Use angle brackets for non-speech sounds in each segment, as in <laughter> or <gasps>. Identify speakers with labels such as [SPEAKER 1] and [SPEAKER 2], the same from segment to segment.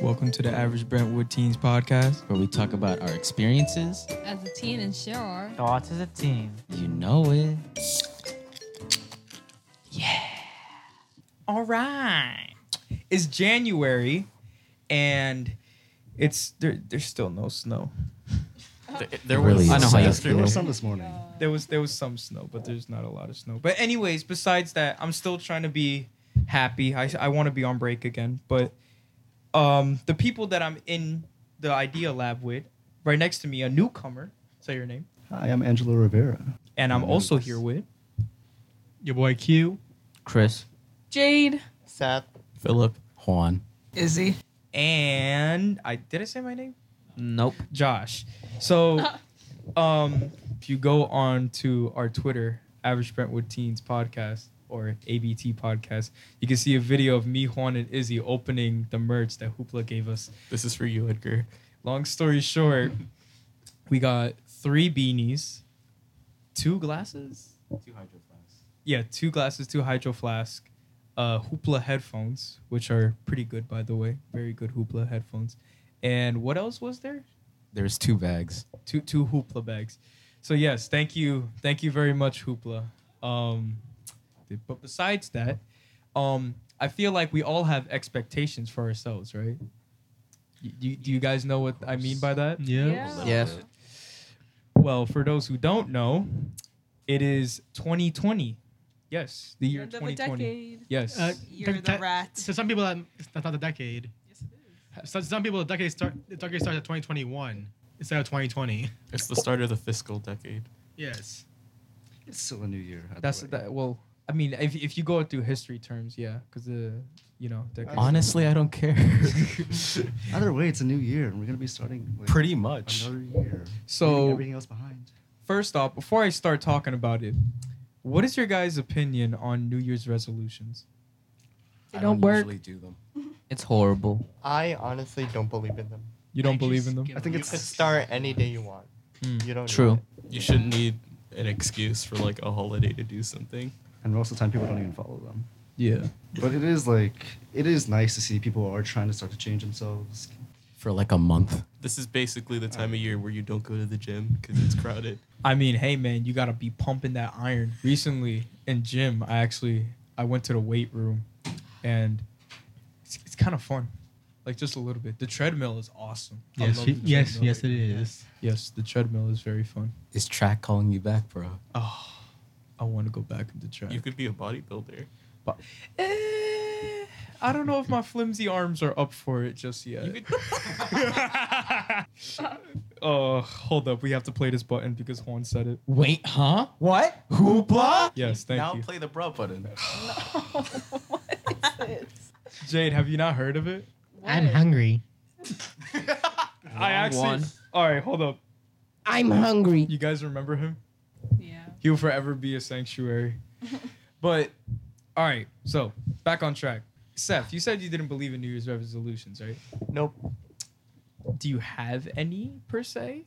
[SPEAKER 1] Welcome to the Average Brentwood Teens Podcast.
[SPEAKER 2] where we talk about our experiences.
[SPEAKER 3] as a teen and share our
[SPEAKER 4] Thoughts as a team.
[SPEAKER 2] You know it.
[SPEAKER 4] All right.
[SPEAKER 1] It's January, and it's there. There's still no snow.
[SPEAKER 5] Th- There
[SPEAKER 2] Really
[SPEAKER 5] was
[SPEAKER 2] I know how you
[SPEAKER 5] yesterday.
[SPEAKER 2] feel.
[SPEAKER 5] There
[SPEAKER 6] There
[SPEAKER 5] was
[SPEAKER 6] was
[SPEAKER 5] some-
[SPEAKER 6] some this morning.
[SPEAKER 1] There was there was some snow, but there's not a lot of snow. But anyways, besides that, I'm still trying to be happy. I I want to be on break again, but um the people that I'm in the idea lab with, right next to me, a newcomer. Say your name.
[SPEAKER 6] Hi, I'm Angelo Rivera.
[SPEAKER 1] And
[SPEAKER 2] Mm-hmm.
[SPEAKER 1] I'm also here with your boy Q.
[SPEAKER 2] Chris,
[SPEAKER 3] Jade.
[SPEAKER 4] Seth.
[SPEAKER 5] Philip.
[SPEAKER 2] Juan.
[SPEAKER 3] Izzy.
[SPEAKER 1] And I did I say my name?
[SPEAKER 2] Nope.
[SPEAKER 1] Josh. So, um, if you go on to our Twitter, Average Brentwood Teens Podcast or ABT Podcast, you can see a video of me, Juan, and Izzy opening the merch that Hoopla gave us.
[SPEAKER 5] This is for you, Edgar.
[SPEAKER 1] Long story short, we got three beanies, two glasses.
[SPEAKER 2] Two hydro flasks.
[SPEAKER 1] Yeah, two glasses, two hydro flask, uh, Hoopla headphones, which are pretty good, by the way. Very good Hoopla headphones. And what else was there?
[SPEAKER 2] There's two bags.
[SPEAKER 1] two two hoopla bags. So yes, thank you, thank you very much, hoopla. Um, but besides that, um, I feel like we all have expectations for ourselves, right? Y- Do, do you guys know what I mean by that?
[SPEAKER 3] Yeah.
[SPEAKER 2] Yes.
[SPEAKER 1] Well, for those who don't know, it is 2020. Yes, the year
[SPEAKER 3] End of a
[SPEAKER 1] 2020.
[SPEAKER 3] decade.
[SPEAKER 1] Yes.
[SPEAKER 7] Uh,
[SPEAKER 3] You're
[SPEAKER 7] tec-
[SPEAKER 3] the
[SPEAKER 7] tec-
[SPEAKER 3] rat.
[SPEAKER 7] So some people, um, it's not not a decade. So some people, the decade start. The decade starts at 2021 instead of 2020.
[SPEAKER 5] It's the start of the fiscal decade.
[SPEAKER 7] Yes.
[SPEAKER 6] It's still a new year.
[SPEAKER 1] That's that. Well, I mean, if if you go through history terms, yeah, because the you know decades.
[SPEAKER 2] Honestly, I don't
[SPEAKER 1] <laughs>
[SPEAKER 2] care.
[SPEAKER 6] <laughs>
[SPEAKER 2] <laughs>
[SPEAKER 6] Either way, it's a new year, and we're gonna be starting with
[SPEAKER 5] Pretty much.
[SPEAKER 6] another year.
[SPEAKER 1] So-
[SPEAKER 6] leaving everything else behind.
[SPEAKER 1] first off, before I start talking about it, what is your guys' opinion on New Year's resolutions?
[SPEAKER 3] They don't work.
[SPEAKER 2] do them. It's horrible.
[SPEAKER 8] I honestly don't believe in them.
[SPEAKER 1] You don't
[SPEAKER 7] Like,
[SPEAKER 1] believe
[SPEAKER 7] just
[SPEAKER 1] in them?
[SPEAKER 7] give
[SPEAKER 6] I think
[SPEAKER 7] up.
[SPEAKER 8] You could start any day you want.
[SPEAKER 1] Mm.
[SPEAKER 8] You don't.
[SPEAKER 2] True.
[SPEAKER 8] Need
[SPEAKER 5] You shouldn't need an excuse for like a holiday to do something.
[SPEAKER 6] And most of the time, people don't even follow them.
[SPEAKER 1] Yeah.
[SPEAKER 6] But it is like it is nice to see people are trying to start to change themselves.
[SPEAKER 2] For like a
[SPEAKER 1] <laughs>
[SPEAKER 2] month.
[SPEAKER 5] This is basically the time of year where you don't go to the gym because it's crowded.
[SPEAKER 1] I mean, hey man, you gotta be pumping that iron. Recently in gym, I actually I went to the weight room, and it's, it's kind of fun, like just a little bit. The treadmill is awesome. I
[SPEAKER 7] Yes.
[SPEAKER 1] love
[SPEAKER 7] he-
[SPEAKER 1] the
[SPEAKER 7] yes.
[SPEAKER 1] treadmill.
[SPEAKER 7] Yes. It is.
[SPEAKER 1] Yes, the treadmill is very fun.
[SPEAKER 2] Is track calling you back, bro?
[SPEAKER 1] Oh, I want to go back into track.
[SPEAKER 5] You could be a bodybuilder.
[SPEAKER 1] But, eh, I don't know if my flimsy arms are up for it just yet.
[SPEAKER 5] You could,
[SPEAKER 1] <laughs> Oh, hold up. We have to play this button because Juan said it.
[SPEAKER 2] Wait, huh? What? Hoopla?
[SPEAKER 1] Yes, thank you.
[SPEAKER 2] the bro
[SPEAKER 1] <sighs>
[SPEAKER 2] button.
[SPEAKER 1] <laughs> Jade, have you not heard of it?
[SPEAKER 7] I'm
[SPEAKER 1] <laughs>
[SPEAKER 7] hungry.
[SPEAKER 1] I actually. All right, hold up.
[SPEAKER 2] I'm hungry.
[SPEAKER 1] You guys remember him?
[SPEAKER 3] Yeah.
[SPEAKER 1] He'll forever be a sanctuary. but, all right, so back on track. Seth, you said you didn't believe in New Year's resolutions, right?
[SPEAKER 8] It. Nope.
[SPEAKER 1] Do you have any per se?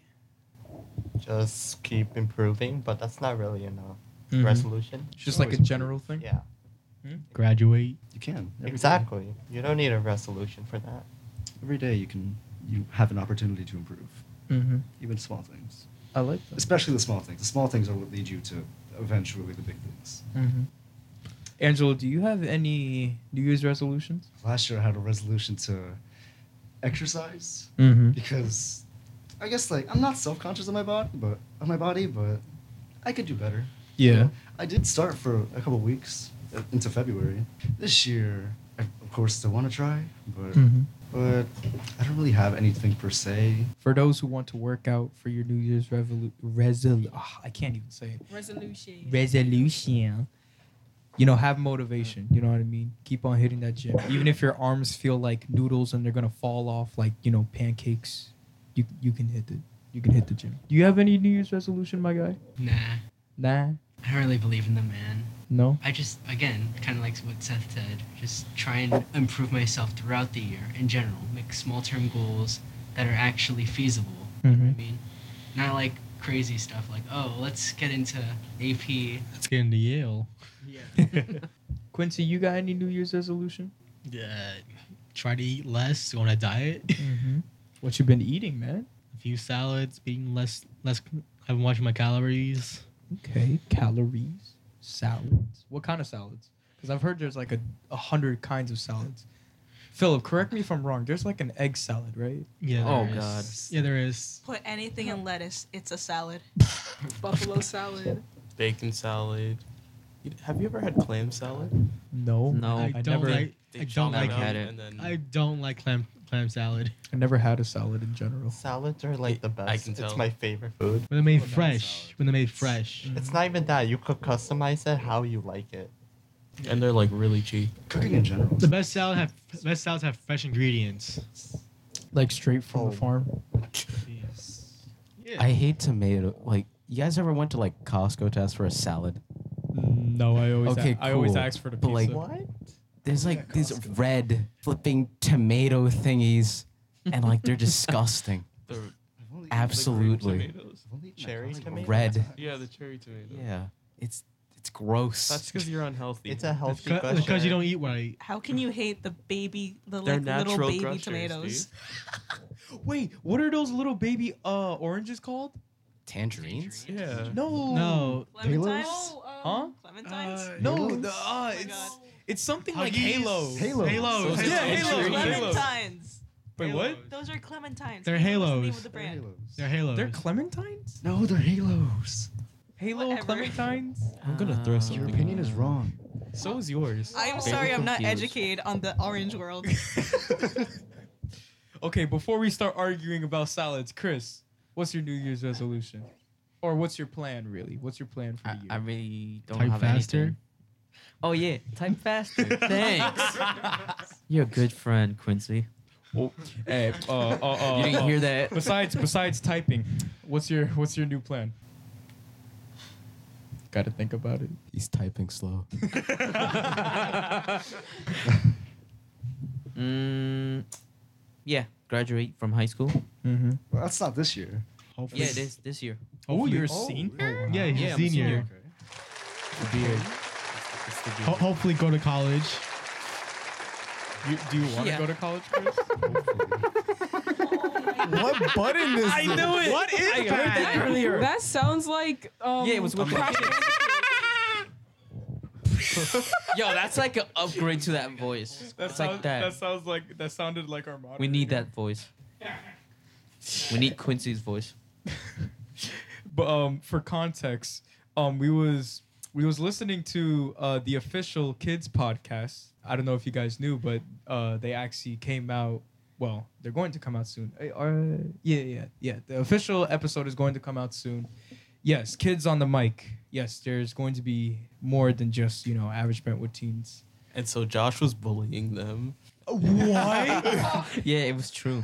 [SPEAKER 8] Just keep improving, but that's not really enough.
[SPEAKER 1] Mhm.
[SPEAKER 8] Resolution.
[SPEAKER 1] Just like a general thing?
[SPEAKER 8] Yeah.
[SPEAKER 7] Graduate.
[SPEAKER 6] You can every day.
[SPEAKER 8] Exactly. You don't need a resolution for that.
[SPEAKER 6] Every day you can you have an opportunity to improve,
[SPEAKER 1] Mm-hmm.
[SPEAKER 6] even small things.
[SPEAKER 1] I like
[SPEAKER 6] Especially the small things. The small things are what lead you to eventually the big things.
[SPEAKER 1] Mm-hmm. Angela, do you have any New Year's resolutions?
[SPEAKER 6] Last year I had a resolution to exercise.
[SPEAKER 1] Mm-hmm.
[SPEAKER 6] because I guess like I'm not self conscious of my body, but of my body, but I could do better. you
[SPEAKER 1] Yeah.
[SPEAKER 6] know? I did start for a couple weeks uh, into February this year. I, of course, still want to try, but
[SPEAKER 1] Mhm.
[SPEAKER 6] but I don't really have anything per se.
[SPEAKER 1] For those who want to work out for your New Year's revolu- resol- ah, I can't even say it.
[SPEAKER 3] Resolution.
[SPEAKER 1] resolution. You know, have motivation. You know what I mean? Keep on hitting that gym. Even if your arms feel like noodles and they're gonna fall off like, you know, pancakes, you you can hit the you can hit the gym. Do you have any New Year's resolution, my guy?
[SPEAKER 9] Nah, I
[SPEAKER 1] Nah.
[SPEAKER 9] don't really believe in them, man.
[SPEAKER 1] No?
[SPEAKER 9] I just, again, kind of like what Seth said, just try and improve myself throughout the year in general. Make small term goals that are actually feasible.
[SPEAKER 1] Mm-hmm.
[SPEAKER 9] I mean, not like crazy stuff like, oh, let's get into AP.
[SPEAKER 7] Let's get into Yale.
[SPEAKER 9] Yeah.
[SPEAKER 1] <laughs> Quincy, you got any New Year's resolution?
[SPEAKER 7] Yeah.
[SPEAKER 10] try to eat less, go on a diet,
[SPEAKER 1] Mm-hmm. What you been eating, man?
[SPEAKER 10] a few salads, being less less. I've been watching my calories.
[SPEAKER 1] Okay, calories, salads. What kind of salads? Because I've heard there's like a, a hundred kinds of salads. Philip, correct me if I'm wrong. There's like an egg salad, right?
[SPEAKER 10] Yeah.
[SPEAKER 5] Oh,
[SPEAKER 10] there is.
[SPEAKER 5] God.
[SPEAKER 10] Yeah, there is.
[SPEAKER 11] Put anything in lettuce, it's a
[SPEAKER 1] <laughs>
[SPEAKER 11] salad.
[SPEAKER 3] Buffalo salad.
[SPEAKER 5] Bacon salad. You- Have you ever had clam salad?
[SPEAKER 1] No,
[SPEAKER 4] No.
[SPEAKER 10] I,
[SPEAKER 4] I
[SPEAKER 10] don't
[SPEAKER 1] never-
[SPEAKER 10] like. I don't
[SPEAKER 5] chop it
[SPEAKER 10] like.
[SPEAKER 5] up
[SPEAKER 4] had it.
[SPEAKER 5] And then
[SPEAKER 10] I don't like clam clam salad.
[SPEAKER 1] I never had a salad in general.
[SPEAKER 8] Salads are like the best.
[SPEAKER 5] I can tell.
[SPEAKER 8] It's my favorite food.
[SPEAKER 10] When they're made
[SPEAKER 5] Oh, that's
[SPEAKER 10] fresh.
[SPEAKER 5] salad.
[SPEAKER 10] When they're made fresh.
[SPEAKER 1] Mm-hmm.
[SPEAKER 8] It's not even that. You could customize it how you like it.
[SPEAKER 5] and they're like really cheap.
[SPEAKER 6] Cooking in general.
[SPEAKER 10] The best salad have best salads have fresh ingredients.
[SPEAKER 1] Like straight from
[SPEAKER 8] Oh.
[SPEAKER 1] the farm.
[SPEAKER 10] Yeah.
[SPEAKER 2] I hate tomato. Like, you guys ever went to like Costco to ask for a salad?
[SPEAKER 1] No, I always
[SPEAKER 2] Okay,
[SPEAKER 1] I always
[SPEAKER 2] cool.
[SPEAKER 1] ask for the
[SPEAKER 2] But,
[SPEAKER 1] pizza.
[SPEAKER 2] like, There's like these red flipping tomato thingies, and like
[SPEAKER 1] <laughs>
[SPEAKER 2] they're disgusting.
[SPEAKER 5] The, the grape
[SPEAKER 6] I've only eaten, like,
[SPEAKER 2] Absolutely
[SPEAKER 5] tomatoes.
[SPEAKER 6] I've only eaten
[SPEAKER 8] Cherry
[SPEAKER 6] iconic
[SPEAKER 8] tomato?
[SPEAKER 2] red.
[SPEAKER 5] Yeah, the cherry tomato.
[SPEAKER 2] Yeah, it's it's gross.
[SPEAKER 5] That's because you're unhealthy.
[SPEAKER 8] It's a healthy
[SPEAKER 10] Because because
[SPEAKER 8] question.
[SPEAKER 10] you don't eat what I eat.
[SPEAKER 11] How can you hate the baby, the
[SPEAKER 5] They're
[SPEAKER 11] like, little
[SPEAKER 5] natural
[SPEAKER 11] baby
[SPEAKER 5] crushers,
[SPEAKER 11] tomatoes?
[SPEAKER 1] <laughs> Wait, what are those little baby uh oranges called?
[SPEAKER 2] Tangerines?
[SPEAKER 5] Yeah.
[SPEAKER 1] No,
[SPEAKER 10] No.
[SPEAKER 11] Clementines?
[SPEAKER 3] Oh,
[SPEAKER 1] Huh?
[SPEAKER 11] um, Clementines?
[SPEAKER 7] Uh,
[SPEAKER 1] no,
[SPEAKER 6] Halos?
[SPEAKER 1] the, uh,
[SPEAKER 11] my
[SPEAKER 1] it's
[SPEAKER 11] God.
[SPEAKER 1] it's something like Halo.
[SPEAKER 6] Halos.
[SPEAKER 10] Halos.
[SPEAKER 1] Yeah, Halos.
[SPEAKER 5] Halos.
[SPEAKER 11] Clementines.
[SPEAKER 1] Wait, what?
[SPEAKER 11] Those are clementines.
[SPEAKER 10] They're
[SPEAKER 11] Halos is the name of
[SPEAKER 10] halos.
[SPEAKER 11] the
[SPEAKER 6] They're
[SPEAKER 11] brand.
[SPEAKER 6] halos.
[SPEAKER 10] They're halos.
[SPEAKER 1] They're clementines.
[SPEAKER 6] No, they're halos.
[SPEAKER 1] Halo
[SPEAKER 11] Whatever.
[SPEAKER 1] clementines.
[SPEAKER 5] I'm gonna throw something.
[SPEAKER 6] Your opinion is wrong.
[SPEAKER 5] So is yours.
[SPEAKER 11] I'm
[SPEAKER 5] Baby
[SPEAKER 11] sorry, I'm not
[SPEAKER 5] confused.
[SPEAKER 11] educated on the orange
[SPEAKER 1] <laughs>
[SPEAKER 11] world.
[SPEAKER 1] okay, before we start arguing about salads, Chris, what's your New Year's resolution? Or what's your plan, really? What's your plan for the
[SPEAKER 4] I,
[SPEAKER 1] year?
[SPEAKER 4] I really don't
[SPEAKER 10] Type
[SPEAKER 4] have
[SPEAKER 10] faster?
[SPEAKER 4] anything. Oh yeah, type faster. Thanks. You're a good friend, Quincy.
[SPEAKER 1] hey, uh, uh,
[SPEAKER 4] <laughs>
[SPEAKER 1] uh,
[SPEAKER 4] you didn't
[SPEAKER 1] uh,
[SPEAKER 4] hear that.
[SPEAKER 1] Besides, besides typing, what's your what's your new plan? Got to think about it.
[SPEAKER 2] He's typing <laughs> slow.
[SPEAKER 4] Mm, yeah, graduate from high school.
[SPEAKER 1] Mm-hmm.
[SPEAKER 6] Well, that's not this year.
[SPEAKER 10] Hopefully.
[SPEAKER 4] Yeah, it is this year.
[SPEAKER 1] Oh, you're a
[SPEAKER 6] Oh,
[SPEAKER 1] senior.
[SPEAKER 10] Yeah, he's
[SPEAKER 4] Yeah,
[SPEAKER 10] a
[SPEAKER 4] I'm a
[SPEAKER 10] senior.
[SPEAKER 4] senior.
[SPEAKER 6] Okay.
[SPEAKER 2] Beard.
[SPEAKER 10] Ho- hopefully go to college.
[SPEAKER 1] You, do you want to
[SPEAKER 4] Yeah.
[SPEAKER 1] go to college, Chris?
[SPEAKER 2] what button is I know it.
[SPEAKER 1] what is
[SPEAKER 3] That, that sounds like um,
[SPEAKER 4] Yeah, it was with the <laughs> Yo, that's like an upgrade to that voice.
[SPEAKER 1] That
[SPEAKER 4] it's
[SPEAKER 1] sounds,
[SPEAKER 4] like that.
[SPEAKER 1] sounds like that sounded like our motto.
[SPEAKER 4] we need that voice. We need Quincy's voice.
[SPEAKER 1] <laughs> But um, for context, um, we was we was listening to uh, the official kids podcast. I don't know if you guys knew, but uh, they actually came out. Well, they're going to come out soon. Uh, are- yeah, yeah, yeah. The official episode is going to come out soon. Yes, kids on the mic. Yes, there's going to be more than just you know average Brentwood teens.
[SPEAKER 5] And so Josh was bullying them.
[SPEAKER 1] <laughs> Why?
[SPEAKER 4] Yeah, it was true.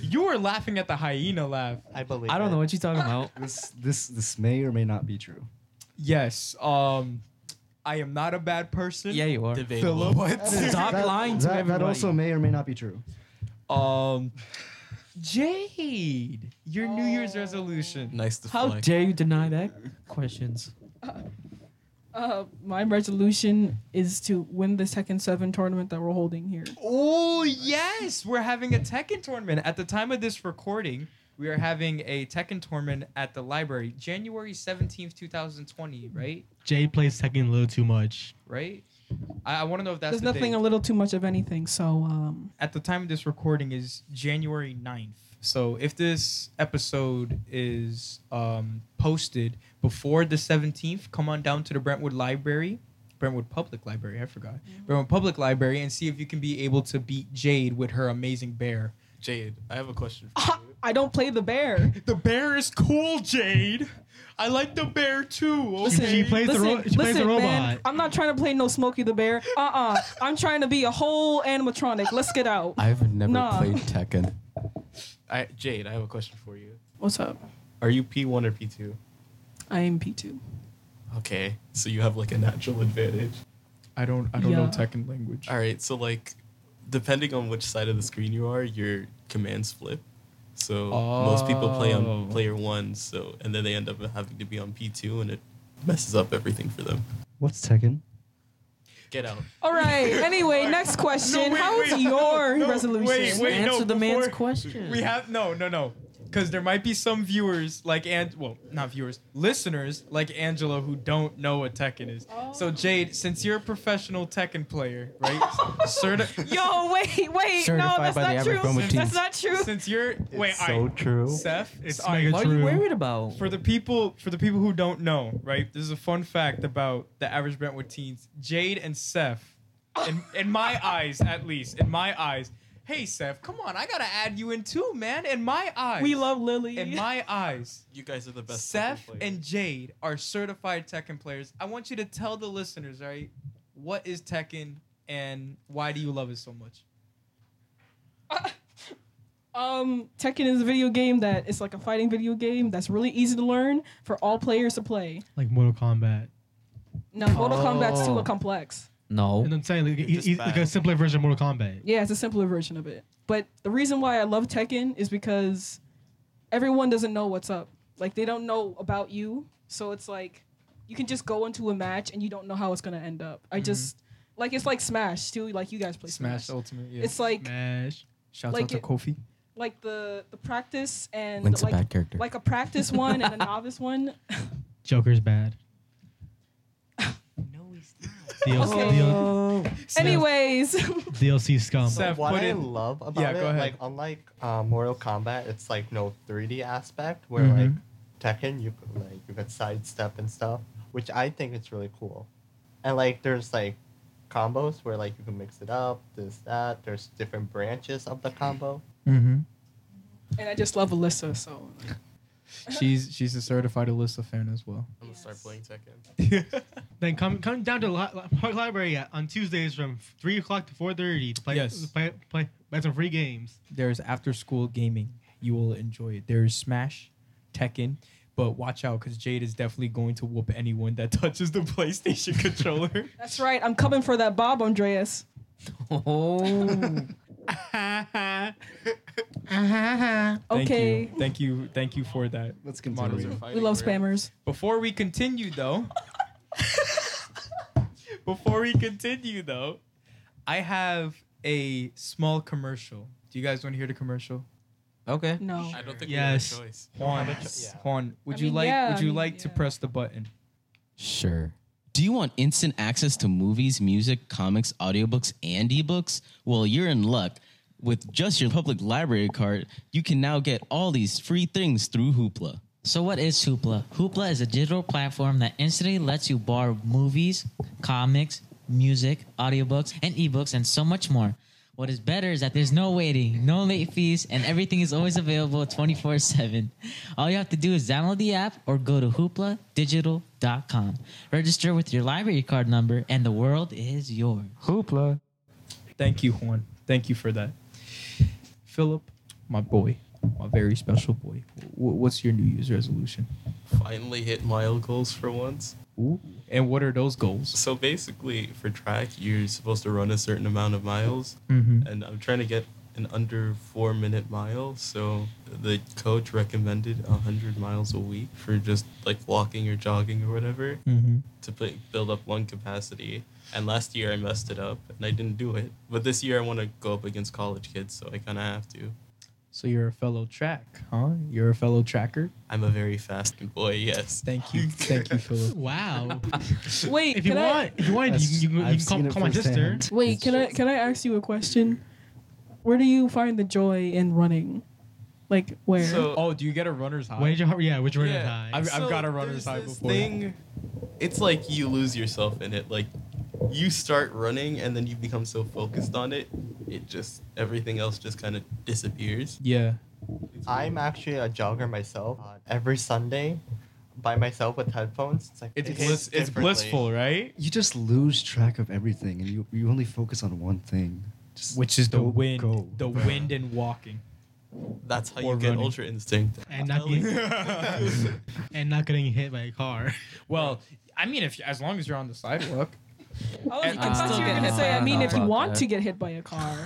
[SPEAKER 1] you were laughing at the hyena laugh.
[SPEAKER 8] I believe.
[SPEAKER 4] I don't
[SPEAKER 8] it.
[SPEAKER 4] know what you're talking about.
[SPEAKER 6] <laughs> This this this may or may not be true.
[SPEAKER 1] Yes. Um, I am not a bad person.
[SPEAKER 4] Yeah, you are.
[SPEAKER 5] Debatable.
[SPEAKER 1] <laughs>
[SPEAKER 4] Stop
[SPEAKER 6] that,
[SPEAKER 4] lying to
[SPEAKER 6] that, that
[SPEAKER 4] everybody.
[SPEAKER 6] also may or may not be true.
[SPEAKER 1] Um, Jade, your New Year's resolution.
[SPEAKER 5] Nice to
[SPEAKER 4] How
[SPEAKER 5] flex.
[SPEAKER 4] dare you deny that? Questions.
[SPEAKER 3] Uh, my resolution is to win the second seven tournament that we're holding here.
[SPEAKER 1] Oh yes, we're having a Tekken tournament. At the time of this recording, we are having a Tekken tournament at the library, January seventeenth, two thousand twenty. Right,
[SPEAKER 10] <laughs> Jay plays Tekken a little too much.
[SPEAKER 1] right. I, I want to know if that's
[SPEAKER 3] There's
[SPEAKER 1] the
[SPEAKER 3] nothing
[SPEAKER 1] date.
[SPEAKER 3] a little too much of anything, so um,
[SPEAKER 1] at the time of this recording is January 9th. So if this episode is um, posted before the 17th, come on down to the Brentwood Library, Brentwood Public Library, I forgot. Brentwood Public Library and see if you can be able to beat Jade with her amazing bear.
[SPEAKER 5] Jade, I have a question for
[SPEAKER 3] ha, <laughs> I don't play the bear.
[SPEAKER 1] The bear is cool, Jade. I like the bear too.
[SPEAKER 3] Listen,
[SPEAKER 10] She plays the
[SPEAKER 3] listen,
[SPEAKER 10] ro- she plays
[SPEAKER 3] listen,
[SPEAKER 10] the
[SPEAKER 3] Man,
[SPEAKER 10] robot.
[SPEAKER 3] I'm not trying to play no Smokey the Bear. Uh-uh. I'm trying to be a whole animatronic. Let's
[SPEAKER 1] <laughs>
[SPEAKER 3] get out.
[SPEAKER 2] I've never
[SPEAKER 3] Nah.
[SPEAKER 2] played Tekken.
[SPEAKER 5] you. I, Jade, I have a question for you.
[SPEAKER 3] What's up?
[SPEAKER 5] Are you P1 or P2?
[SPEAKER 3] I am P2.
[SPEAKER 5] Okay, so you have like a natural advantage.
[SPEAKER 1] I don't I
[SPEAKER 3] don't know Yeah.
[SPEAKER 1] Tekken language.
[SPEAKER 5] All right, so like, depending on which side of the screen you are, your commands flip. So most people play
[SPEAKER 1] Oh.
[SPEAKER 5] on player one, so and then they end up having to be on P two, and it messes up everything for them.
[SPEAKER 6] What's Tekken?
[SPEAKER 5] Get out.
[SPEAKER 1] <laughs>
[SPEAKER 3] All right. Anyway, next question. How is your
[SPEAKER 1] no,
[SPEAKER 3] resolution?
[SPEAKER 1] Wait, wait, no,
[SPEAKER 4] Answer the man's
[SPEAKER 1] before-
[SPEAKER 4] question.
[SPEAKER 1] We have no, no, no, because there might be some viewers like and well, not viewers, listeners like Angela who don't know what Tekken is.
[SPEAKER 3] Oh.
[SPEAKER 1] So Jade, since you're a professional Tekken player,
[SPEAKER 3] <laughs>
[SPEAKER 1] right? Certi-
[SPEAKER 3] Yo, wait, wait. No,
[SPEAKER 1] Certified
[SPEAKER 3] that's
[SPEAKER 1] by the
[SPEAKER 3] not
[SPEAKER 1] average
[SPEAKER 3] true.
[SPEAKER 1] Roma
[SPEAKER 3] That's
[SPEAKER 1] team.
[SPEAKER 3] not true.
[SPEAKER 1] Since you're wait,
[SPEAKER 8] It's so
[SPEAKER 1] alright,
[SPEAKER 8] true.
[SPEAKER 1] Seth, it's,
[SPEAKER 4] It's
[SPEAKER 1] alright,
[SPEAKER 4] mega
[SPEAKER 1] what
[SPEAKER 4] true. about?
[SPEAKER 1] For the people, for the people who don't know, right? This is a fun fact about the average Brentwood teens. Jade and Seth, in, in my eyes, at least, in my eyes. Hey, Seth, come on, I gotta add you in too, man. In my eyes,
[SPEAKER 3] We love Lily.
[SPEAKER 1] In my eyes,
[SPEAKER 5] You guys are the best.
[SPEAKER 1] Seth
[SPEAKER 5] Tekken players.
[SPEAKER 1] and Jade are certified Tekken players. I want you to tell the listeners, right? What is Tekken and why do you love it so much?
[SPEAKER 3] Um, Tekken is a video game that it's like a fighting video game that's really easy to learn for all players to play.
[SPEAKER 10] like Mortal Kombat.
[SPEAKER 3] No, Mortal Kombat's too
[SPEAKER 4] Oh.
[SPEAKER 3] complex.
[SPEAKER 4] No.
[SPEAKER 10] And I'm saying like,
[SPEAKER 5] just
[SPEAKER 10] e- e- like a
[SPEAKER 5] bad.
[SPEAKER 10] simpler version of Mortal Kombat.
[SPEAKER 3] Yeah, it's a simpler version of it. But the reason why I love Tekken is because everyone doesn't know what's up. Like they don't know about you, so it's like you can just go into a match and you don't know how it's gonna end up.
[SPEAKER 4] Mm-hmm.
[SPEAKER 3] I just like it's like Smash too. Like you guys play Smash.
[SPEAKER 1] Ultimate, yeah.
[SPEAKER 3] It's like
[SPEAKER 10] Smash.
[SPEAKER 1] Shout
[SPEAKER 3] like
[SPEAKER 1] out to
[SPEAKER 3] it-
[SPEAKER 1] Kofi.
[SPEAKER 3] like the the practice and
[SPEAKER 2] Link's a
[SPEAKER 3] like
[SPEAKER 2] bad character.
[SPEAKER 3] like a practice
[SPEAKER 2] <laughs>
[SPEAKER 3] one and a novice one.
[SPEAKER 10] Joker's bad.
[SPEAKER 9] No, he's not.
[SPEAKER 10] DLC,
[SPEAKER 3] Anyways,
[SPEAKER 10] DLC scum.
[SPEAKER 1] So- Seth,
[SPEAKER 8] Oh. what
[SPEAKER 1] put
[SPEAKER 8] I
[SPEAKER 1] in-
[SPEAKER 8] love about
[SPEAKER 1] Yeah,
[SPEAKER 8] it,
[SPEAKER 1] go ahead.
[SPEAKER 8] like unlike uh, Mortal Kombat, it's like no 3D aspect where
[SPEAKER 10] Mhm.
[SPEAKER 8] like Tekken, you could like you could sidestep and stuff, which I think it's really cool. And like there's like combos where like you can mix it up, this that. There's different branches of the combo.
[SPEAKER 1] Mm-hmm.
[SPEAKER 3] and I just love Alyssa. So
[SPEAKER 1] She's she's a certified Alyssa fan as well.
[SPEAKER 5] I'm gonna start playing Tekken.
[SPEAKER 10] Then come come down to li- li- Park Library at- on Tuesdays from three o'clock to four thirty to play,
[SPEAKER 1] Yes.
[SPEAKER 10] play play play some free games.
[SPEAKER 1] There's after school gaming. You will enjoy it. There's Smash, Tekken, but watch out because Jade is definitely going to whoop anyone that <laughs> touches the PlayStation controller.
[SPEAKER 3] that's right. I'm coming for that Bob Andreas.
[SPEAKER 4] Oh. Uh-huh.
[SPEAKER 1] Thank
[SPEAKER 3] Okay,
[SPEAKER 1] You. Thank you. Thank you for that.
[SPEAKER 6] Let's
[SPEAKER 1] Models are
[SPEAKER 6] continue.
[SPEAKER 5] fine.
[SPEAKER 3] we love
[SPEAKER 5] Fighting
[SPEAKER 3] spammers.
[SPEAKER 1] Before we continue, <laughs> though, before we continue, though, I have a small commercial. Do you guys want to hear the commercial?
[SPEAKER 4] okay.
[SPEAKER 3] No.
[SPEAKER 5] I don't think
[SPEAKER 10] Yes.
[SPEAKER 5] we have a choice.
[SPEAKER 1] Juan,
[SPEAKER 8] yeah.
[SPEAKER 1] Juan, would
[SPEAKER 3] I
[SPEAKER 1] you
[SPEAKER 3] mean,
[SPEAKER 1] like?
[SPEAKER 3] yeah,
[SPEAKER 1] would
[SPEAKER 3] I
[SPEAKER 1] you
[SPEAKER 3] mean,
[SPEAKER 1] like to
[SPEAKER 3] yeah.
[SPEAKER 1] press the button?
[SPEAKER 2] Sure. Do you want instant access to movies, music, comics, audiobooks, and ebooks? Well, you're in luck. With just your public library card, you can now get all these free things through Hoopla.
[SPEAKER 12] So, what is Hoopla? Hoopla is a digital platform that instantly lets you borrow movies, comics, music, audiobooks, and ebooks, and so much more. What is better is that there's no waiting, no late fees, and everything is always available 24 7. All you have to do is download the app or go to hoopladigital.com. Register with your library card number, and the world is yours.
[SPEAKER 2] Hoopla.
[SPEAKER 1] Thank you, Juan. Thank you for that. Philip, my boy, my very special boy. wh- What's your New Year's resolution?
[SPEAKER 5] Finally hit mile goals for once.
[SPEAKER 1] Ooh. And what are those goals?
[SPEAKER 5] So basically, for track, you're supposed to run a certain amount of miles,
[SPEAKER 1] Mhm.
[SPEAKER 5] and I'm trying to get an under four minute mile. So the coach recommended hundred miles a week for just like walking or jogging or whatever
[SPEAKER 1] Mm-hmm.
[SPEAKER 5] to play, build up lung capacity. And last year I messed it up and I didn't do it. But this year I want to go up against college kids, so I kind of have to.
[SPEAKER 1] So you're a fellow track, huh? You're a fellow tracker.
[SPEAKER 5] I'm a very fast boy. Yes. <laughs>
[SPEAKER 1] Thank you, thank you, Philip.
[SPEAKER 10] Wow.
[SPEAKER 3] Wait,
[SPEAKER 10] if you
[SPEAKER 3] can I-
[SPEAKER 10] want, if you want, you,
[SPEAKER 6] That's-
[SPEAKER 10] you, you
[SPEAKER 6] I've
[SPEAKER 10] can
[SPEAKER 6] seen
[SPEAKER 10] call,
[SPEAKER 6] it
[SPEAKER 10] call my sister.
[SPEAKER 6] firsthand.
[SPEAKER 3] Wait, can I can I ask you a question? Where do you find the joy in running? Like where?
[SPEAKER 5] So-
[SPEAKER 1] Oh, do you get a runner's high?
[SPEAKER 10] Wait, your yeah, which one is high?
[SPEAKER 1] I've- I've got a
[SPEAKER 5] there's
[SPEAKER 1] runner's high
[SPEAKER 5] this
[SPEAKER 1] before.
[SPEAKER 5] Thing, it's like you lose yourself in it. Like you start running and then you become so focused on it, it just everything else just kind of disappears.
[SPEAKER 1] Yeah.
[SPEAKER 8] I'm actually a jogger myself. Uh, every Sunday, by myself with headphones, it's like
[SPEAKER 1] It's
[SPEAKER 8] it hits
[SPEAKER 1] bliss, it's
[SPEAKER 8] differently.
[SPEAKER 1] blissful, right?
[SPEAKER 6] You just lose track of everything, and you you only focus on one thing, just
[SPEAKER 1] Which is the
[SPEAKER 6] go,
[SPEAKER 1] wind,
[SPEAKER 6] go.
[SPEAKER 1] the wind and walking.
[SPEAKER 5] That's how
[SPEAKER 1] Or
[SPEAKER 5] you get
[SPEAKER 1] running.
[SPEAKER 5] Ultra Instinct.
[SPEAKER 10] and not getting
[SPEAKER 13] <laughs>
[SPEAKER 10] and not getting hit by a car.
[SPEAKER 1] Well, I mean, if as long as you're on the sidewalk,
[SPEAKER 3] I, was,
[SPEAKER 1] and-
[SPEAKER 3] I thought
[SPEAKER 4] Uh,
[SPEAKER 3] Oh, you were gonna
[SPEAKER 4] I
[SPEAKER 3] say. I
[SPEAKER 4] don't
[SPEAKER 3] mean,
[SPEAKER 4] know
[SPEAKER 3] if you
[SPEAKER 4] about
[SPEAKER 3] want
[SPEAKER 4] that.
[SPEAKER 3] to get hit by a car,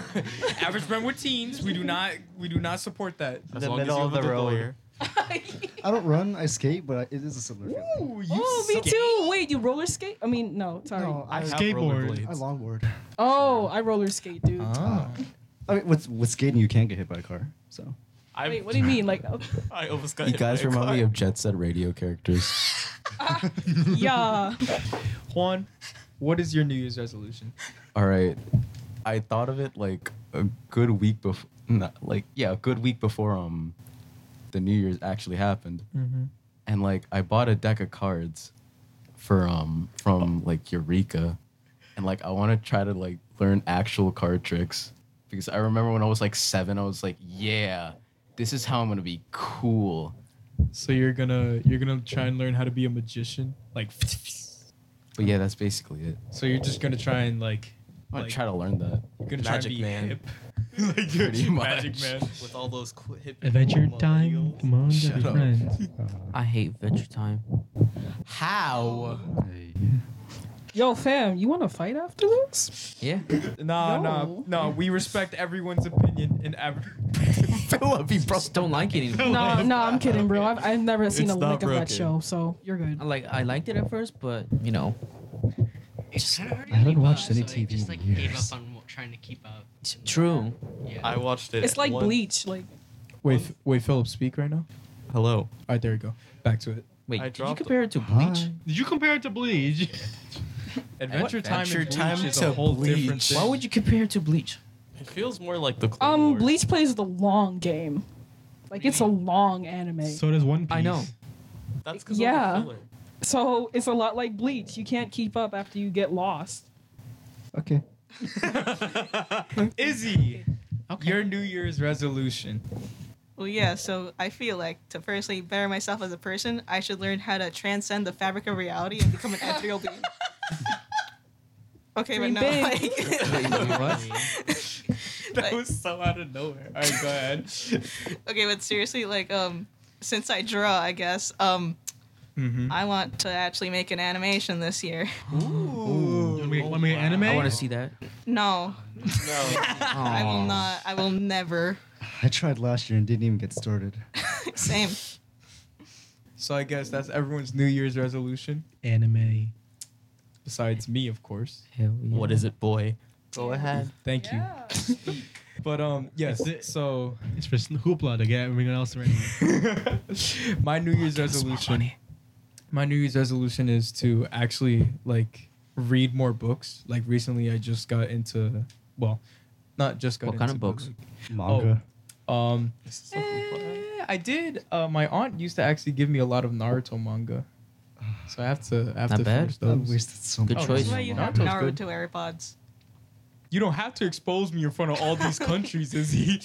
[SPEAKER 1] average Brentwood teens, we do not, we do not support that.
[SPEAKER 8] The middle of the road.
[SPEAKER 6] <laughs> I don't run, I skate, but I, it is a similar feeling.
[SPEAKER 3] Ooh, oh, me too. Wait, you roller skate? I mean, no, sorry.
[SPEAKER 6] I I longboard.
[SPEAKER 3] Oh, I roller skate, dude.
[SPEAKER 4] Ah.
[SPEAKER 6] Ah. I mean, with, with skating, you can get hit by a car. So
[SPEAKER 3] Wait, what do you mean? Like, oh,
[SPEAKER 5] I almost got
[SPEAKER 14] You
[SPEAKER 5] hit
[SPEAKER 14] guys
[SPEAKER 5] by a
[SPEAKER 14] remind
[SPEAKER 5] car.
[SPEAKER 14] me of Jet Set Radio characters.
[SPEAKER 2] <laughs>
[SPEAKER 13] <laughs>
[SPEAKER 3] <laughs> yeah.
[SPEAKER 1] Juan, what is your New Year's resolution?
[SPEAKER 14] All right, I thought of it like a good week before. Not like yeah, a good week before um, the New Year's actually happened,
[SPEAKER 4] Mm-hmm.
[SPEAKER 13] Mhm.
[SPEAKER 14] and like I bought a deck of cards, for um from like Eureka, and like I want to try to like learn actual card tricks because I remember when I was like seven, I was like yeah, this is how I'm gonna be cool.
[SPEAKER 13] So you're gonna you're gonna try and learn how to be a magician, like.
[SPEAKER 14] But yeah, that's basically it.
[SPEAKER 13] So you're
[SPEAKER 4] <laughs>
[SPEAKER 13] just gonna try and like. like-
[SPEAKER 14] I'm gonna try to learn that.
[SPEAKER 13] You're gonna try
[SPEAKER 5] Magic
[SPEAKER 13] and be
[SPEAKER 5] Man. <laughs>
[SPEAKER 13] hip. like you're
[SPEAKER 14] Pretty
[SPEAKER 13] magic
[SPEAKER 14] much.
[SPEAKER 13] man.
[SPEAKER 5] with all those cl- hip
[SPEAKER 4] Adventure time. Come on,
[SPEAKER 14] Shut up.
[SPEAKER 4] friends. I hate adventure time.
[SPEAKER 14] How?
[SPEAKER 3] Yo, fam, you want to fight
[SPEAKER 1] <laughs>
[SPEAKER 3] after this?
[SPEAKER 4] Yeah.
[SPEAKER 1] Nah, nah, nah. We respect everyone's opinion in every.
[SPEAKER 4] <laughs>
[SPEAKER 14] Philip, you just
[SPEAKER 4] don't like it anymore.
[SPEAKER 3] No, no, I'm kidding, bro. I've, I've never seen
[SPEAKER 4] It's
[SPEAKER 3] a
[SPEAKER 4] not
[SPEAKER 3] lick of that
[SPEAKER 4] broken.
[SPEAKER 3] show, so you're good.
[SPEAKER 4] I like I liked it at first, but you know,
[SPEAKER 9] It's kind of hard.
[SPEAKER 4] I haven't watched
[SPEAKER 9] any
[SPEAKER 4] TV
[SPEAKER 9] Just
[SPEAKER 4] in
[SPEAKER 9] like gave
[SPEAKER 4] years.
[SPEAKER 9] up on wa- trying to keep up.
[SPEAKER 4] true.
[SPEAKER 5] I watched it.
[SPEAKER 3] It's like
[SPEAKER 5] one-
[SPEAKER 3] Bleach. Like,
[SPEAKER 13] Wait, F- wait, Philip, speak right now.
[SPEAKER 5] Hello. All
[SPEAKER 13] right, there you go. Back to it.
[SPEAKER 4] Wait,
[SPEAKER 5] I
[SPEAKER 4] did you
[SPEAKER 5] dropped-
[SPEAKER 4] compare it to Bleach?
[SPEAKER 10] Did you compare it to Bleach?
[SPEAKER 1] Adventure Time and Bleach is
[SPEAKER 5] to
[SPEAKER 1] a whole
[SPEAKER 5] Bleach.
[SPEAKER 1] different thing.
[SPEAKER 4] Why would you compare it to Bleach?
[SPEAKER 5] It feels more like the. Clone
[SPEAKER 3] um,
[SPEAKER 5] Wars.
[SPEAKER 3] Bleach plays the long game. Like, it's a long anime.
[SPEAKER 10] So does One Piece.
[SPEAKER 4] I know.
[SPEAKER 5] That's
[SPEAKER 3] 'cause of the Yeah. filler. So it's a lot like Bleach. You can't keep up after you get lost.
[SPEAKER 6] okay.
[SPEAKER 1] Izzy, your New Year's resolution.
[SPEAKER 11] Well, yeah, so I feel like to firstly better myself as a person, I should learn how to transcend the fabric of reality and
[SPEAKER 5] <laughs>
[SPEAKER 11] become an ethereal being. Okay, but
[SPEAKER 3] Dream
[SPEAKER 11] no,
[SPEAKER 3] big.
[SPEAKER 11] like, <laughs>
[SPEAKER 10] <laughs>
[SPEAKER 5] <laughs> that was so out of nowhere. All right, go ahead.
[SPEAKER 11] okay, but seriously, like, um, since I draw, I guess, um,
[SPEAKER 1] Mm-hmm.
[SPEAKER 11] I want to actually make an animation this
[SPEAKER 10] <gasps>
[SPEAKER 11] year.
[SPEAKER 10] Want me, want me to anime?
[SPEAKER 4] I want to see that.
[SPEAKER 11] No,
[SPEAKER 10] Oh.
[SPEAKER 1] <laughs>
[SPEAKER 5] No.
[SPEAKER 11] <laughs> I will not. I will never. <laughs>
[SPEAKER 6] I tried last year and didn't even get started.
[SPEAKER 11] Same.
[SPEAKER 1] So I guess that's everyone's New Year's resolution,
[SPEAKER 10] anime.
[SPEAKER 1] besides me, of course.
[SPEAKER 4] Hell yeah.
[SPEAKER 5] What is it, boy?
[SPEAKER 8] Go ahead.
[SPEAKER 1] Thank you. <laughs> but um, yes.
[SPEAKER 10] Is it-
[SPEAKER 1] So
[SPEAKER 10] It's for Sn- Hoopla to get everyone else ready.
[SPEAKER 1] <laughs> my New Year's resolution. My New Year's resolution is to actually like read more books. Like recently, I just got into well, not just got
[SPEAKER 4] What kind of
[SPEAKER 1] into, but,
[SPEAKER 4] books?
[SPEAKER 1] like,
[SPEAKER 6] Manga.
[SPEAKER 1] Oh, um, eh, I did. Uh, my aunt used to actually give me a lot of
[SPEAKER 6] <sighs>
[SPEAKER 1] Naruto manga, so I have to. I have
[SPEAKER 4] Not
[SPEAKER 1] to
[SPEAKER 4] bad.
[SPEAKER 1] finish
[SPEAKER 6] I
[SPEAKER 1] those.
[SPEAKER 6] wasted so
[SPEAKER 4] Good
[SPEAKER 6] much.
[SPEAKER 1] Oh,
[SPEAKER 4] choice.
[SPEAKER 11] That's why you have
[SPEAKER 1] Naruto's good.
[SPEAKER 11] Naruto AirPods.
[SPEAKER 1] You don't have to expose me in front of
[SPEAKER 11] <laughs>
[SPEAKER 1] all these countries, is he?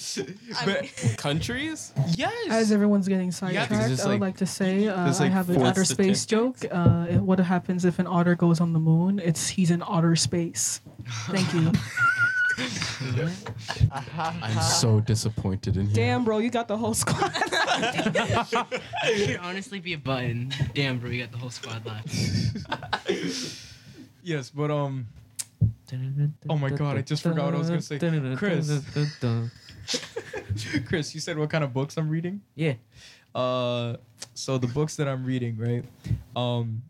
[SPEAKER 11] I
[SPEAKER 1] But
[SPEAKER 11] mean-
[SPEAKER 5] Countries?
[SPEAKER 1] yes.
[SPEAKER 3] As everyone's getting sidetracked,
[SPEAKER 1] because
[SPEAKER 3] I
[SPEAKER 1] it's
[SPEAKER 3] would like,
[SPEAKER 1] like-
[SPEAKER 3] to say uh,
[SPEAKER 1] there's like
[SPEAKER 3] I have an
[SPEAKER 1] four
[SPEAKER 3] outer space joke. Uh, it- what happens if an otter goes on the moon? It's he's in outer space. Thank you.
[SPEAKER 14] I'm so disappointed in you.
[SPEAKER 3] Damn, bro, you got the whole squad.
[SPEAKER 9] <laughs> It should honestly be a button. Damn, bro, you got the whole squad left.
[SPEAKER 1] yes, but um. Oh my god, I just forgot what I was gonna say. Chris, Chris, you said what kind of books I'm reading?
[SPEAKER 4] Yeah.
[SPEAKER 1] Uh, so the books that I'm reading, right? Um,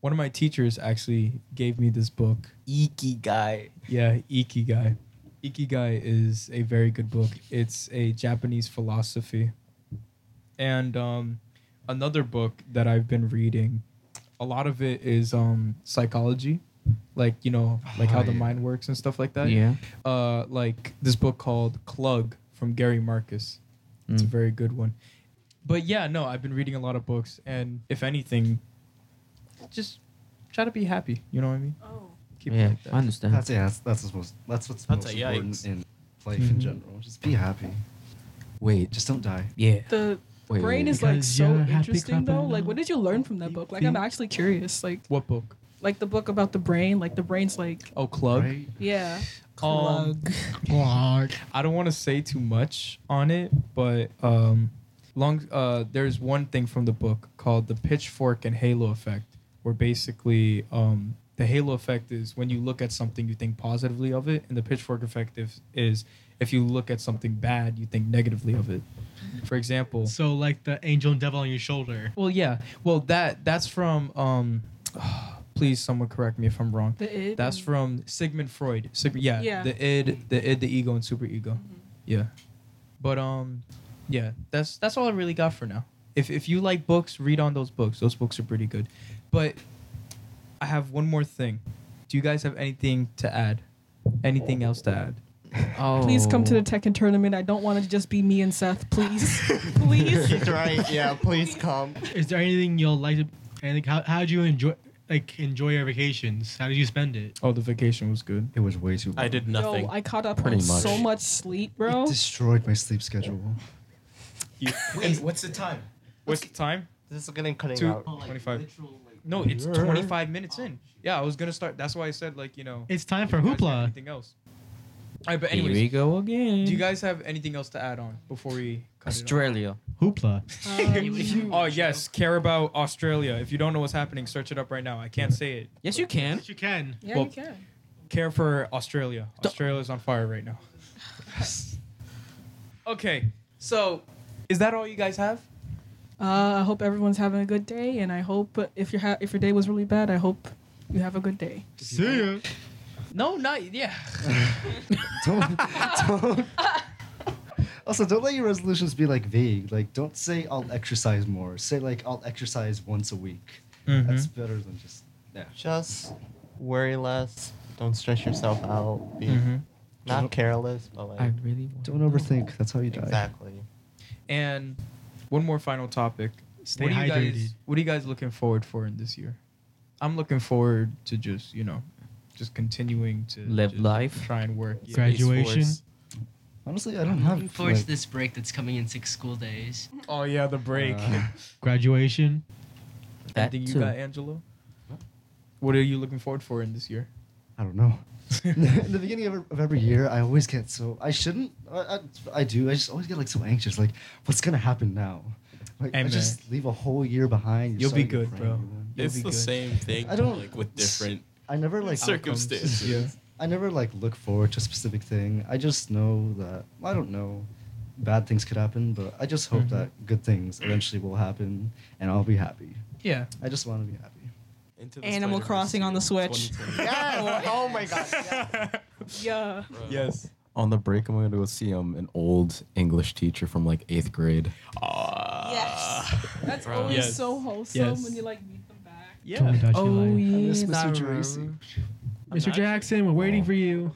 [SPEAKER 1] one of my teachers actually gave me this book.
[SPEAKER 5] Ikigai.
[SPEAKER 1] Yeah, Ikigai. Ikigai is a very good book. It's a Japanese philosophy. And um, another book that I've been reading, a lot of it is um, psychology, like, you know, like how
[SPEAKER 6] Oh,
[SPEAKER 1] the
[SPEAKER 6] yeah.
[SPEAKER 1] mind works and stuff like that.
[SPEAKER 4] Yeah.
[SPEAKER 1] Uh, like this book called Clug from Gary Marcus. It's a
[SPEAKER 4] Mm.
[SPEAKER 1] very good one. But yeah, no, I've been reading a lot of books. And if anything, just try to be happy. You know what I mean?
[SPEAKER 3] oh.
[SPEAKER 1] Keep it
[SPEAKER 4] Yeah,
[SPEAKER 1] like that.
[SPEAKER 4] I understand.
[SPEAKER 6] That's yeah. That's, that's what's most. That's what's
[SPEAKER 5] That's
[SPEAKER 6] most
[SPEAKER 5] a
[SPEAKER 6] important
[SPEAKER 5] yikes.
[SPEAKER 6] in life
[SPEAKER 4] Mm-hmm.
[SPEAKER 6] in general. Just be happy.
[SPEAKER 14] Wait,
[SPEAKER 6] Just don't die.
[SPEAKER 4] Yeah.
[SPEAKER 3] The
[SPEAKER 14] wait,
[SPEAKER 3] brain
[SPEAKER 14] wait.
[SPEAKER 3] is like
[SPEAKER 10] Because
[SPEAKER 3] so
[SPEAKER 10] you're happy
[SPEAKER 3] interesting though.
[SPEAKER 10] clapping
[SPEAKER 3] Like, what did you learn from that book? Like, I'm actually curious. Like,
[SPEAKER 1] What book?
[SPEAKER 3] like the book about the brain. Like, the brain's like,
[SPEAKER 1] Oh, Clug.
[SPEAKER 6] Right?
[SPEAKER 3] yeah.
[SPEAKER 1] Um, I don't want to say too much on it, but um, long uh, there's one thing from the book called the pitchfork and halo effect, where basically um, the halo effect is when you look at something you think positively of it, and the pitchfork effect is, is if you look at something bad, you think negatively of it. For example,
[SPEAKER 10] So like the angel and devil on your shoulder.
[SPEAKER 1] well, yeah, well that that's from um, <sighs> please someone correct me if I'm wrong.
[SPEAKER 10] The id
[SPEAKER 1] that's
[SPEAKER 10] and-
[SPEAKER 1] from Sigmund Freud. Sig- yeah,
[SPEAKER 10] Yeah.
[SPEAKER 1] the id, the id, the ego, and superego.
[SPEAKER 3] Mm-hmm.
[SPEAKER 1] Yeah, but um, yeah, that's that's all I really got for now. If if you like books, read on those books. Those books are pretty good. But I have one more thing. Do you guys have anything to add? Anything else
[SPEAKER 6] <laughs>
[SPEAKER 1] to add? Oh,
[SPEAKER 3] Please come to the Tekken tournament. I don't want it to just be me and Seth. Please, please.
[SPEAKER 8] He's right. Yeah, please come.
[SPEAKER 10] Is there anything you'll like to? And like, how how did you enjoy like enjoy your vacations? How did you spend it?
[SPEAKER 1] Oh, the vacation was good.
[SPEAKER 6] It was way too.
[SPEAKER 10] I did
[SPEAKER 3] Yo, I caught up
[SPEAKER 6] Pretty
[SPEAKER 3] on
[SPEAKER 6] much.
[SPEAKER 3] so much sleep, bro.
[SPEAKER 6] Destroyed my sleep schedule. <laughs>
[SPEAKER 1] Wait, what's the time? What's the time?
[SPEAKER 8] This is getting cutting
[SPEAKER 1] Two-
[SPEAKER 8] out.
[SPEAKER 1] 25. no, it's 25 minutes in. Yeah, I was gonna start. That's why I said like you know.
[SPEAKER 10] It's time
[SPEAKER 1] if
[SPEAKER 10] for
[SPEAKER 1] you guys have
[SPEAKER 10] hoopla.
[SPEAKER 1] Anything else? All right, but
[SPEAKER 4] Here
[SPEAKER 1] anyways,
[SPEAKER 4] we go again.
[SPEAKER 1] Do you guys have anything else to add on before we cut it off?
[SPEAKER 4] Australia.
[SPEAKER 10] Hoopla.
[SPEAKER 1] oh yes, care about Australia. If you don't know what's happening, search it up right now. I can't say it.
[SPEAKER 4] Yes, you can.
[SPEAKER 10] You can.
[SPEAKER 3] Yeah,
[SPEAKER 1] Well,
[SPEAKER 3] you can.
[SPEAKER 1] Care for Australia. Australia's on fire right now. okay, so is that all you guys have?
[SPEAKER 3] Uh, I hope everyone's having a good day, and I hope uh, if your ha- if your day was really bad, I hope you have a good day.
[SPEAKER 10] See ya.
[SPEAKER 1] No, not yeah.
[SPEAKER 6] don't, don't. Also, don't let your resolutions be like vague. Like, don't say I'll exercise more. Say like I'll exercise once a week.
[SPEAKER 5] Mm-hmm.
[SPEAKER 6] That's better than just yeah.
[SPEAKER 8] Just worry less. Don't stress yourself out. Be
[SPEAKER 4] Mm-hmm.
[SPEAKER 1] Mhm.
[SPEAKER 8] not
[SPEAKER 6] Don't-
[SPEAKER 8] careless, but like
[SPEAKER 4] really
[SPEAKER 6] Don't overthink. That's how you die.
[SPEAKER 8] exactly.
[SPEAKER 1] And one more final topic.
[SPEAKER 10] Stay
[SPEAKER 1] what are you
[SPEAKER 10] hydrated.
[SPEAKER 1] guys what are you guys looking forward for in this year? I'm looking forward to just, you know, just continuing to
[SPEAKER 4] Live
[SPEAKER 1] just
[SPEAKER 4] life.
[SPEAKER 1] Try and work. Yeah.
[SPEAKER 10] Graduation.
[SPEAKER 6] Honestly, I don't have.
[SPEAKER 9] Looking forward
[SPEAKER 6] Like,
[SPEAKER 9] to this break that's coming in six school days.
[SPEAKER 1] Oh yeah, the break.
[SPEAKER 6] Uh,
[SPEAKER 10] Graduation.
[SPEAKER 1] I
[SPEAKER 4] That
[SPEAKER 1] think you
[SPEAKER 4] too.
[SPEAKER 1] got Angelo. What are you looking forward for in this year?
[SPEAKER 6] I don't know. <laughs> In the beginning of, of every year, I always get so I shouldn't. I, I, I do. I just always get like so anxious. Like, what's gonna happen now? Like, I
[SPEAKER 1] Amen.
[SPEAKER 6] just leave a whole year behind. You're
[SPEAKER 1] You'll be
[SPEAKER 6] starting to
[SPEAKER 1] good,
[SPEAKER 6] pray,
[SPEAKER 1] bro.
[SPEAKER 6] you know?
[SPEAKER 1] You'll
[SPEAKER 5] It's
[SPEAKER 1] be
[SPEAKER 5] the
[SPEAKER 1] good.
[SPEAKER 5] same thing,
[SPEAKER 6] I don't-
[SPEAKER 5] but, like with different.
[SPEAKER 6] I never like
[SPEAKER 5] Circumstances.
[SPEAKER 1] Yeah.
[SPEAKER 6] I never like look forward to a specific thing. I just know that I don't know. Bad things could happen, but I just hope
[SPEAKER 1] Mhm.
[SPEAKER 6] that good things eventually will happen, and I'll be happy.
[SPEAKER 1] Yeah.
[SPEAKER 6] I just want to be happy.
[SPEAKER 5] Into the
[SPEAKER 11] Animal
[SPEAKER 5] Spider-Verse
[SPEAKER 11] Crossing on the
[SPEAKER 4] <laughs>
[SPEAKER 11] Switch. <laughs>
[SPEAKER 5] 2020.
[SPEAKER 8] Yeah. well, oh my god. yeah.
[SPEAKER 3] <laughs> Yeah.
[SPEAKER 5] Bro.
[SPEAKER 1] Yes.
[SPEAKER 14] On the break, I'm gonna go see um an old English teacher from like eighth grade.
[SPEAKER 11] Yes.
[SPEAKER 3] That's
[SPEAKER 14] Bro.
[SPEAKER 3] always
[SPEAKER 14] Yes.
[SPEAKER 3] so wholesome
[SPEAKER 14] Yes.
[SPEAKER 3] when you like meet them
[SPEAKER 10] Totally
[SPEAKER 1] Yeah.
[SPEAKER 3] back.
[SPEAKER 10] dodged your
[SPEAKER 3] Oh
[SPEAKER 10] line.
[SPEAKER 3] yeah.
[SPEAKER 6] miss Mr. Geraci.
[SPEAKER 10] Mr. Jackson, we're waiting for you.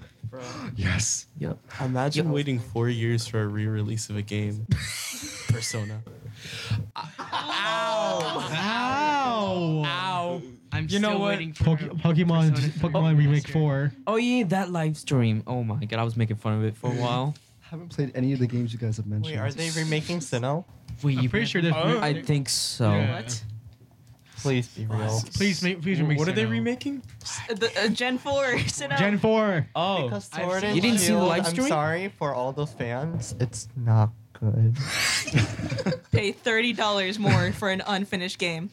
[SPEAKER 6] Yes.
[SPEAKER 4] Yep.
[SPEAKER 5] Imagine waiting four years for a re-release of a game. <laughs> Persona.
[SPEAKER 10] Ow.
[SPEAKER 1] Ow.
[SPEAKER 9] I'm
[SPEAKER 1] You know
[SPEAKER 9] still
[SPEAKER 1] what?
[SPEAKER 9] waiting for
[SPEAKER 10] Poke- Pokemon
[SPEAKER 9] Persona three.
[SPEAKER 10] Pokemon Remake Four.
[SPEAKER 4] Oh yeah, that live stream. Oh my god, I was making fun of it for a while.
[SPEAKER 6] haven't played any of the <laughs> games you guys have mentioned.
[SPEAKER 8] Wait, are they remaking Sinnoh?
[SPEAKER 4] Wait,
[SPEAKER 10] I'm
[SPEAKER 4] you-
[SPEAKER 10] pretty sure they're.
[SPEAKER 1] Oh.
[SPEAKER 4] I think so.
[SPEAKER 10] Yeah.
[SPEAKER 11] What?
[SPEAKER 8] Please be real.
[SPEAKER 10] Please make. Please remake.
[SPEAKER 1] What are they
[SPEAKER 10] Sinnoh.
[SPEAKER 1] remaking?
[SPEAKER 11] The, uh, Gen 4. <laughs> Sit down.
[SPEAKER 10] Gen Four.
[SPEAKER 1] Oh,
[SPEAKER 8] Because
[SPEAKER 1] I've
[SPEAKER 8] Sword
[SPEAKER 1] seen-
[SPEAKER 8] and
[SPEAKER 4] You didn't see the
[SPEAKER 8] Shield,
[SPEAKER 4] live
[SPEAKER 8] I'm
[SPEAKER 4] stream?
[SPEAKER 8] sorry for all those fans. It's not good.
[SPEAKER 11] Pay $30 more for an unfinished game.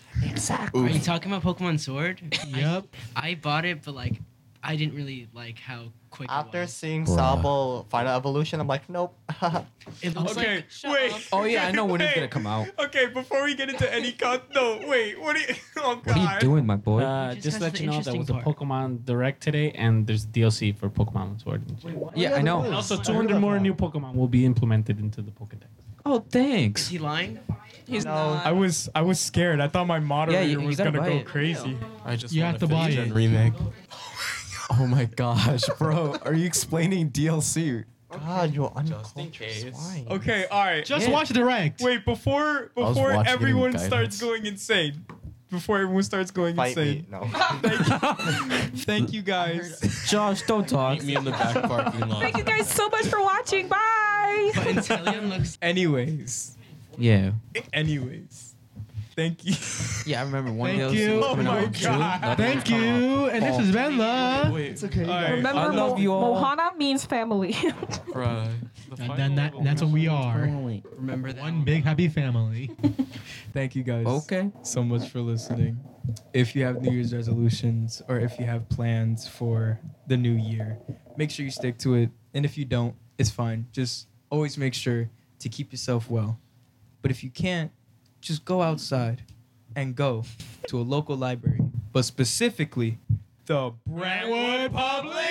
[SPEAKER 9] Are you talking about Pokemon Sword?
[SPEAKER 10] Yep.
[SPEAKER 9] I, I bought it, but like, I didn't really like how quick it
[SPEAKER 8] After
[SPEAKER 9] was.
[SPEAKER 8] seeing
[SPEAKER 14] Bruh.
[SPEAKER 8] Sabo Final Evolution, I'm like, nope. <laughs>
[SPEAKER 9] It looks
[SPEAKER 1] Okay,
[SPEAKER 9] like
[SPEAKER 1] wait.
[SPEAKER 4] Oh yeah, I know when it's
[SPEAKER 1] Wait.
[SPEAKER 4] gonna come out.
[SPEAKER 1] Okay, before we get into any cut, no, wait. What are you? <laughs> Oh God.
[SPEAKER 4] What are you doing, my boy?
[SPEAKER 15] Uh,
[SPEAKER 9] Just
[SPEAKER 15] just
[SPEAKER 9] has
[SPEAKER 15] let
[SPEAKER 9] the
[SPEAKER 15] you know there
[SPEAKER 9] interesting
[SPEAKER 15] was a
[SPEAKER 9] part.
[SPEAKER 15] Pokemon Direct today, and there's DLC for Pokemon Sword. and Shield.
[SPEAKER 4] yeah, I
[SPEAKER 15] And
[SPEAKER 4] know.
[SPEAKER 15] also, 200 more new Pokemon will be implemented into the Pokedex.
[SPEAKER 4] Oh
[SPEAKER 9] Is
[SPEAKER 4] thanks.
[SPEAKER 9] he lying?
[SPEAKER 11] He's
[SPEAKER 8] No.
[SPEAKER 11] not.
[SPEAKER 1] I was I was scared. I thought my moderator
[SPEAKER 4] you- you
[SPEAKER 1] was
[SPEAKER 4] gotta
[SPEAKER 1] gonna
[SPEAKER 4] buy
[SPEAKER 1] go
[SPEAKER 4] it.
[SPEAKER 1] crazy.
[SPEAKER 5] I just
[SPEAKER 10] You
[SPEAKER 5] want
[SPEAKER 10] have to buy it.
[SPEAKER 5] remake.
[SPEAKER 14] Oh my <laughs> gosh, bro, are you explaining DLC?
[SPEAKER 8] God, you're
[SPEAKER 5] Just in
[SPEAKER 8] uncultured
[SPEAKER 5] case.
[SPEAKER 8] swine.
[SPEAKER 1] Okay, all right.
[SPEAKER 10] Just
[SPEAKER 4] Yeah.
[SPEAKER 10] watch Direct.
[SPEAKER 1] Wait, before
[SPEAKER 14] was
[SPEAKER 1] before
[SPEAKER 14] watching it in
[SPEAKER 1] everyone
[SPEAKER 14] guidance.
[SPEAKER 1] starts going insane. Before everyone starts going
[SPEAKER 8] Fight me.
[SPEAKER 1] insane. <laughs>
[SPEAKER 8] No.
[SPEAKER 1] Thank you guys.
[SPEAKER 4] <laughs> Josh, don't talk.
[SPEAKER 5] Meet me in the back parking
[SPEAKER 4] <laughs>
[SPEAKER 3] Thank
[SPEAKER 5] lot.
[SPEAKER 3] you guys so much for watching. Bye.
[SPEAKER 9] But Inteleon looks.
[SPEAKER 1] Anyways,
[SPEAKER 4] Yeah.
[SPEAKER 1] anyways. Thank you.
[SPEAKER 4] Yeah, I remember one
[SPEAKER 10] Thank
[SPEAKER 4] DLC
[SPEAKER 10] you.
[SPEAKER 4] was
[SPEAKER 10] Oh
[SPEAKER 4] coming out
[SPEAKER 1] my
[SPEAKER 4] in June.
[SPEAKER 1] God.
[SPEAKER 4] Nothing was
[SPEAKER 10] Thank you.
[SPEAKER 4] coming out.
[SPEAKER 10] And this
[SPEAKER 4] Fall.
[SPEAKER 10] has been the.
[SPEAKER 5] Wait,
[SPEAKER 6] It's okay. you
[SPEAKER 1] All
[SPEAKER 6] guys.
[SPEAKER 1] right.
[SPEAKER 3] Remember,
[SPEAKER 4] I love
[SPEAKER 3] Mo-
[SPEAKER 4] you all.
[SPEAKER 3] Mohana means family. <laughs>
[SPEAKER 10] uh,
[SPEAKER 5] bro. The
[SPEAKER 10] And
[SPEAKER 5] final
[SPEAKER 10] then that, that's what we are.
[SPEAKER 9] Remember that
[SPEAKER 10] One big happy <laughs> family.
[SPEAKER 1] Thank you guys.
[SPEAKER 4] Okay.
[SPEAKER 1] so much for listening. If you have New Year's resolutions or if you have plans for the new year, make sure you stick to it. And if you don't, it's it's fine. Just always make sure to keep yourself well. But if you can't, just go outside and go to a local library, but specifically the Brentwood Public